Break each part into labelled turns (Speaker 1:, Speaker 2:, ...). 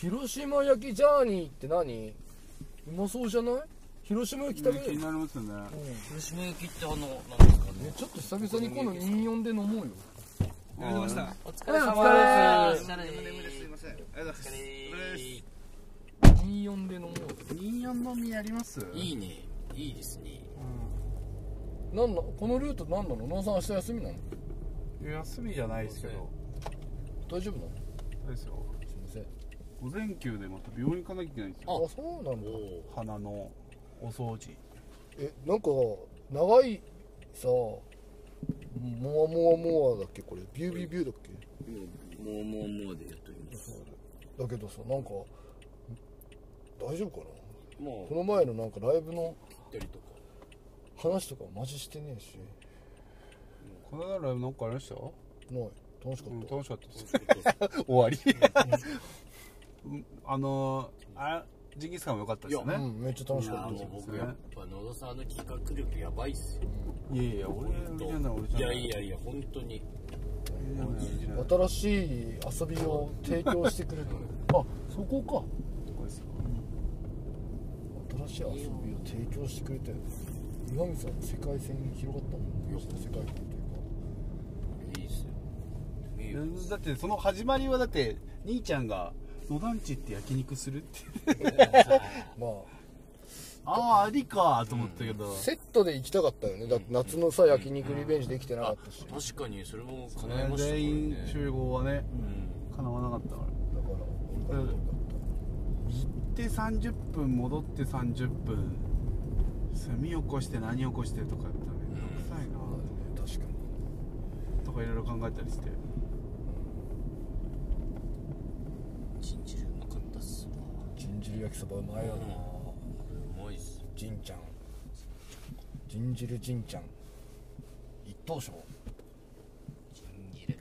Speaker 1: 広島焼きジャーニーって何うまそうじゃない広島焼き
Speaker 2: 気
Speaker 1: 食べる、
Speaker 2: になりますよね
Speaker 3: 広島焼きってあのなんですかね
Speaker 1: ね、ちょっと久々に今度24で飲もうよ
Speaker 4: ありました。
Speaker 3: お疲
Speaker 1: れ
Speaker 3: れ
Speaker 1: 様
Speaker 3: 様
Speaker 1: で
Speaker 3: ですす
Speaker 4: 眠です。すいません。ありがとうございます。
Speaker 1: 24で飲も
Speaker 2: 24のみやります
Speaker 3: いいねいいですね
Speaker 1: うなんだこのルート何なの野尾さん明日休みなの
Speaker 2: 休みじゃないですけど
Speaker 1: 大丈夫なの
Speaker 2: そうですよ
Speaker 1: すいませんあ
Speaker 2: 午前休でまた病院行かなきゃいけないんですよ
Speaker 1: そうなんだ
Speaker 2: 鼻のお掃除
Speaker 1: えなんか長いさもわもわもわだっけこれビュービュービューだっけ
Speaker 3: もうもうもうでやっとります
Speaker 1: だけどさなんか大丈夫かな
Speaker 3: も
Speaker 1: この前のなんかライブの
Speaker 3: うったりとか
Speaker 1: 話とかマジしてねえし
Speaker 2: この間のライブなんかありました
Speaker 1: ない楽しか
Speaker 2: うん
Speaker 1: った、
Speaker 2: 楽しかったです 終わりうんあのーあれジンギスカンも良かったですよ
Speaker 1: う
Speaker 2: ね
Speaker 1: ん、めっちゃ楽しかった
Speaker 3: もう僕やっぱ野田さんの企画力やばいっすよ
Speaker 2: いやいや俺じゃない俺じゃ
Speaker 3: い
Speaker 2: な
Speaker 3: や
Speaker 2: い
Speaker 3: いやいや本当に
Speaker 1: 新しい遊びを提供してくれる あそこか新しい遊びを提供してくれて岩見さんの世界線広がったもん世界観という
Speaker 3: いいっすよいいよ
Speaker 2: だってその始まりはだって兄ちゃんが「野団地って焼肉する?」って
Speaker 1: かまあ
Speaker 2: ああありかと思ったけど、
Speaker 1: セットで行きたかったよねだって夏のさ焼肉リベンジできてなかったしだか
Speaker 3: 確かにそれも叶えましたから
Speaker 2: 全員
Speaker 3: ね
Speaker 2: 集合はねかなわなかったから
Speaker 1: ら俺が行きたか
Speaker 2: 行って30分戻って30分炭起こして何起こしてとかやったらめんどくさいな
Speaker 1: った確か
Speaker 2: とかいろいろ考えたりして
Speaker 3: チンチルうまかったっすわ
Speaker 1: にジンジル焼きそばうまいよな
Speaker 3: うまいっす
Speaker 1: ジンちゃんジンジルジンちゃん一等賞
Speaker 3: チンギレ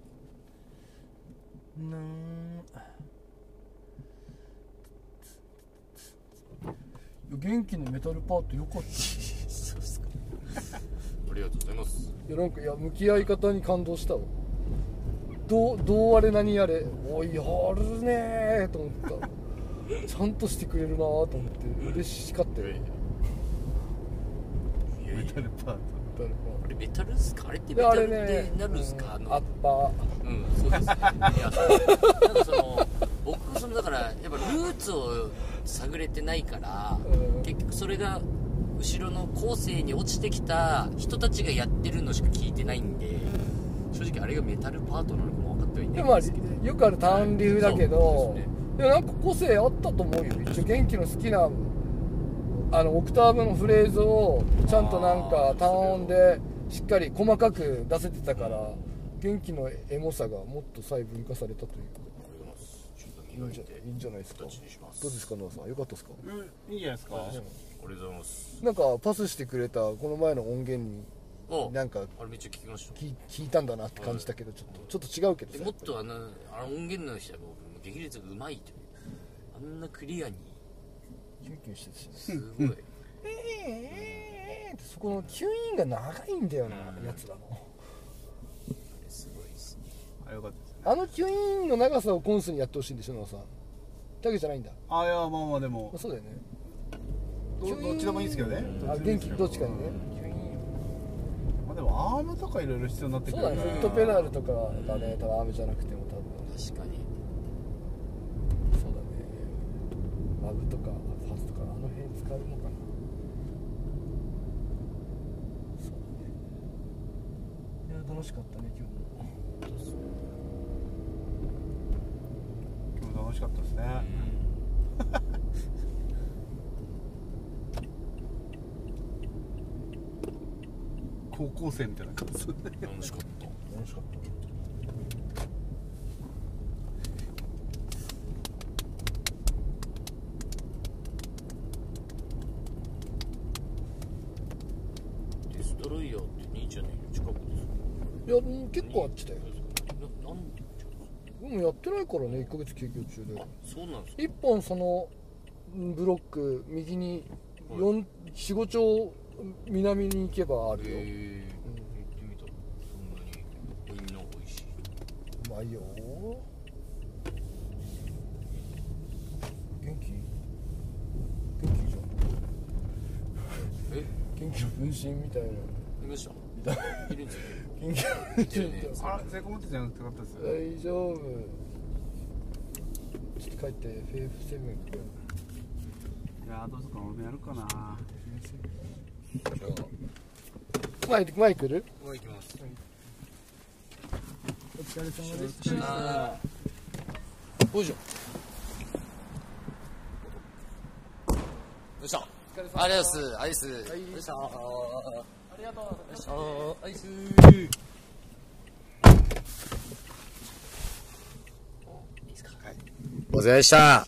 Speaker 1: なん元気のメタルパートよかった
Speaker 3: そうっすかありがとうございます
Speaker 1: いやなんかいや向き合い方に感動したわどうどうあれ何あれおいやるねーと思 ったちゃんとしてくれるなーと思って嬉しかったよメ
Speaker 3: いやい
Speaker 2: メ
Speaker 3: や
Speaker 2: タルパート
Speaker 1: タルパー
Speaker 3: あれメタルっすかあれっ
Speaker 1: ト
Speaker 3: てメ
Speaker 1: であ
Speaker 3: タル
Speaker 1: れ
Speaker 3: って
Speaker 1: ね
Speaker 3: なるんすかあ
Speaker 1: うん
Speaker 3: の
Speaker 1: アッパ
Speaker 3: うんそうですいやなんかその僕そのだからやっぱルーツを探れてないから
Speaker 1: うん
Speaker 3: 結局それが後ろの後世に落ちてきた人たちがやってるのしか聞いてないんで正直あれがメタルパートなのかも分かってはい
Speaker 1: ー
Speaker 3: な
Speaker 1: で
Speaker 3: い
Speaker 1: もま
Speaker 3: ん
Speaker 1: あ
Speaker 3: ですけど
Speaker 1: よくある単流だけ
Speaker 3: はい
Speaker 1: ど、
Speaker 3: そうですね
Speaker 1: でもなんか個性あったと思うよ一応元気の好きなあのオクターブのフレーズをちゃんとなんか
Speaker 3: あー
Speaker 1: 単音でしっかり細かく出せてたから元気のエモさがもっと細分化されたという
Speaker 3: ありがとうございますちょっと
Speaker 1: かいい
Speaker 3: 磨
Speaker 1: ん
Speaker 3: い
Speaker 1: じゃ
Speaker 3: て
Speaker 1: いいんじゃないですかど
Speaker 3: どっち
Speaker 1: う
Speaker 3: にします
Speaker 1: ですかノアさんよかったですか
Speaker 2: いいんじゃないですか
Speaker 3: ありがとうございます
Speaker 1: なんかパスしてくれたこの前の音源に
Speaker 3: お
Speaker 1: なんか
Speaker 3: あれめっちゃ聞きました
Speaker 1: 聞い聞いたんだなって感じたけどちょっとちょっと違うけど
Speaker 3: で
Speaker 1: さ
Speaker 3: もっとあのあの音源の人が激烈がうまいというあんなクリアに
Speaker 1: キュンキュンしてたしね
Speaker 3: すごい
Speaker 1: えーえーえーってそこの吸引が長いんだよな
Speaker 3: うん
Speaker 1: やつらの
Speaker 3: すごいですね
Speaker 2: あよかったですね
Speaker 1: あの吸引の長さをコンスにやってほしいんでしょノアさんだけじゃないんだ
Speaker 2: あいやまあまあでも
Speaker 1: まあそうだよね
Speaker 2: どどっちでもいいですけどね
Speaker 1: あ
Speaker 2: っちでもい
Speaker 1: 元気
Speaker 2: いですけ
Speaker 1: どっちかにね
Speaker 2: まあでもアームとかいろいろ必要になってく
Speaker 1: そう
Speaker 2: る
Speaker 1: だ
Speaker 2: か
Speaker 1: ね
Speaker 2: ら
Speaker 1: フットペダルとかがね多分雨じゃなくても多分
Speaker 3: 確かに
Speaker 1: そうだねラブとかファスとかあの辺使うのかなそうだねいや楽しかったね今日も
Speaker 2: 今日楽しかったですね 高校生みたいな感じ
Speaker 3: 楽しかった
Speaker 1: 楽しかった
Speaker 3: デストロイヤーって兄ちゃんの家の近くですか
Speaker 1: いやうん結構あっちだよ
Speaker 3: ななんで
Speaker 1: でもやってないからね1ヶ月休業中で
Speaker 3: あそうなんですか
Speaker 1: 1本そのうんブロック右に45丁南に行けばあるよ、
Speaker 3: え行ってみたそんなにみんな美味しいう
Speaker 1: まいよ元気元気じゃん
Speaker 3: え
Speaker 1: 元気の分身みたいない
Speaker 3: ました
Speaker 1: いた
Speaker 3: いるんですよ
Speaker 1: 元気の分身みたいな
Speaker 2: あらセコモってじゃなくてよかったですよね
Speaker 1: 大丈夫ちょっと帰って FF7 くれよ
Speaker 2: いやーどうするか俺もやるかな
Speaker 1: 前前来る
Speaker 3: もう行きます
Speaker 1: お疲れ様でし
Speaker 3: あ
Speaker 1: おいしょ
Speaker 3: ーよいしょ
Speaker 1: お疲れ様
Speaker 3: ありがとうございますアイス
Speaker 1: はい
Speaker 3: よいしょ
Speaker 1: ありがとう
Speaker 3: よいしょアイスお疲れ様でした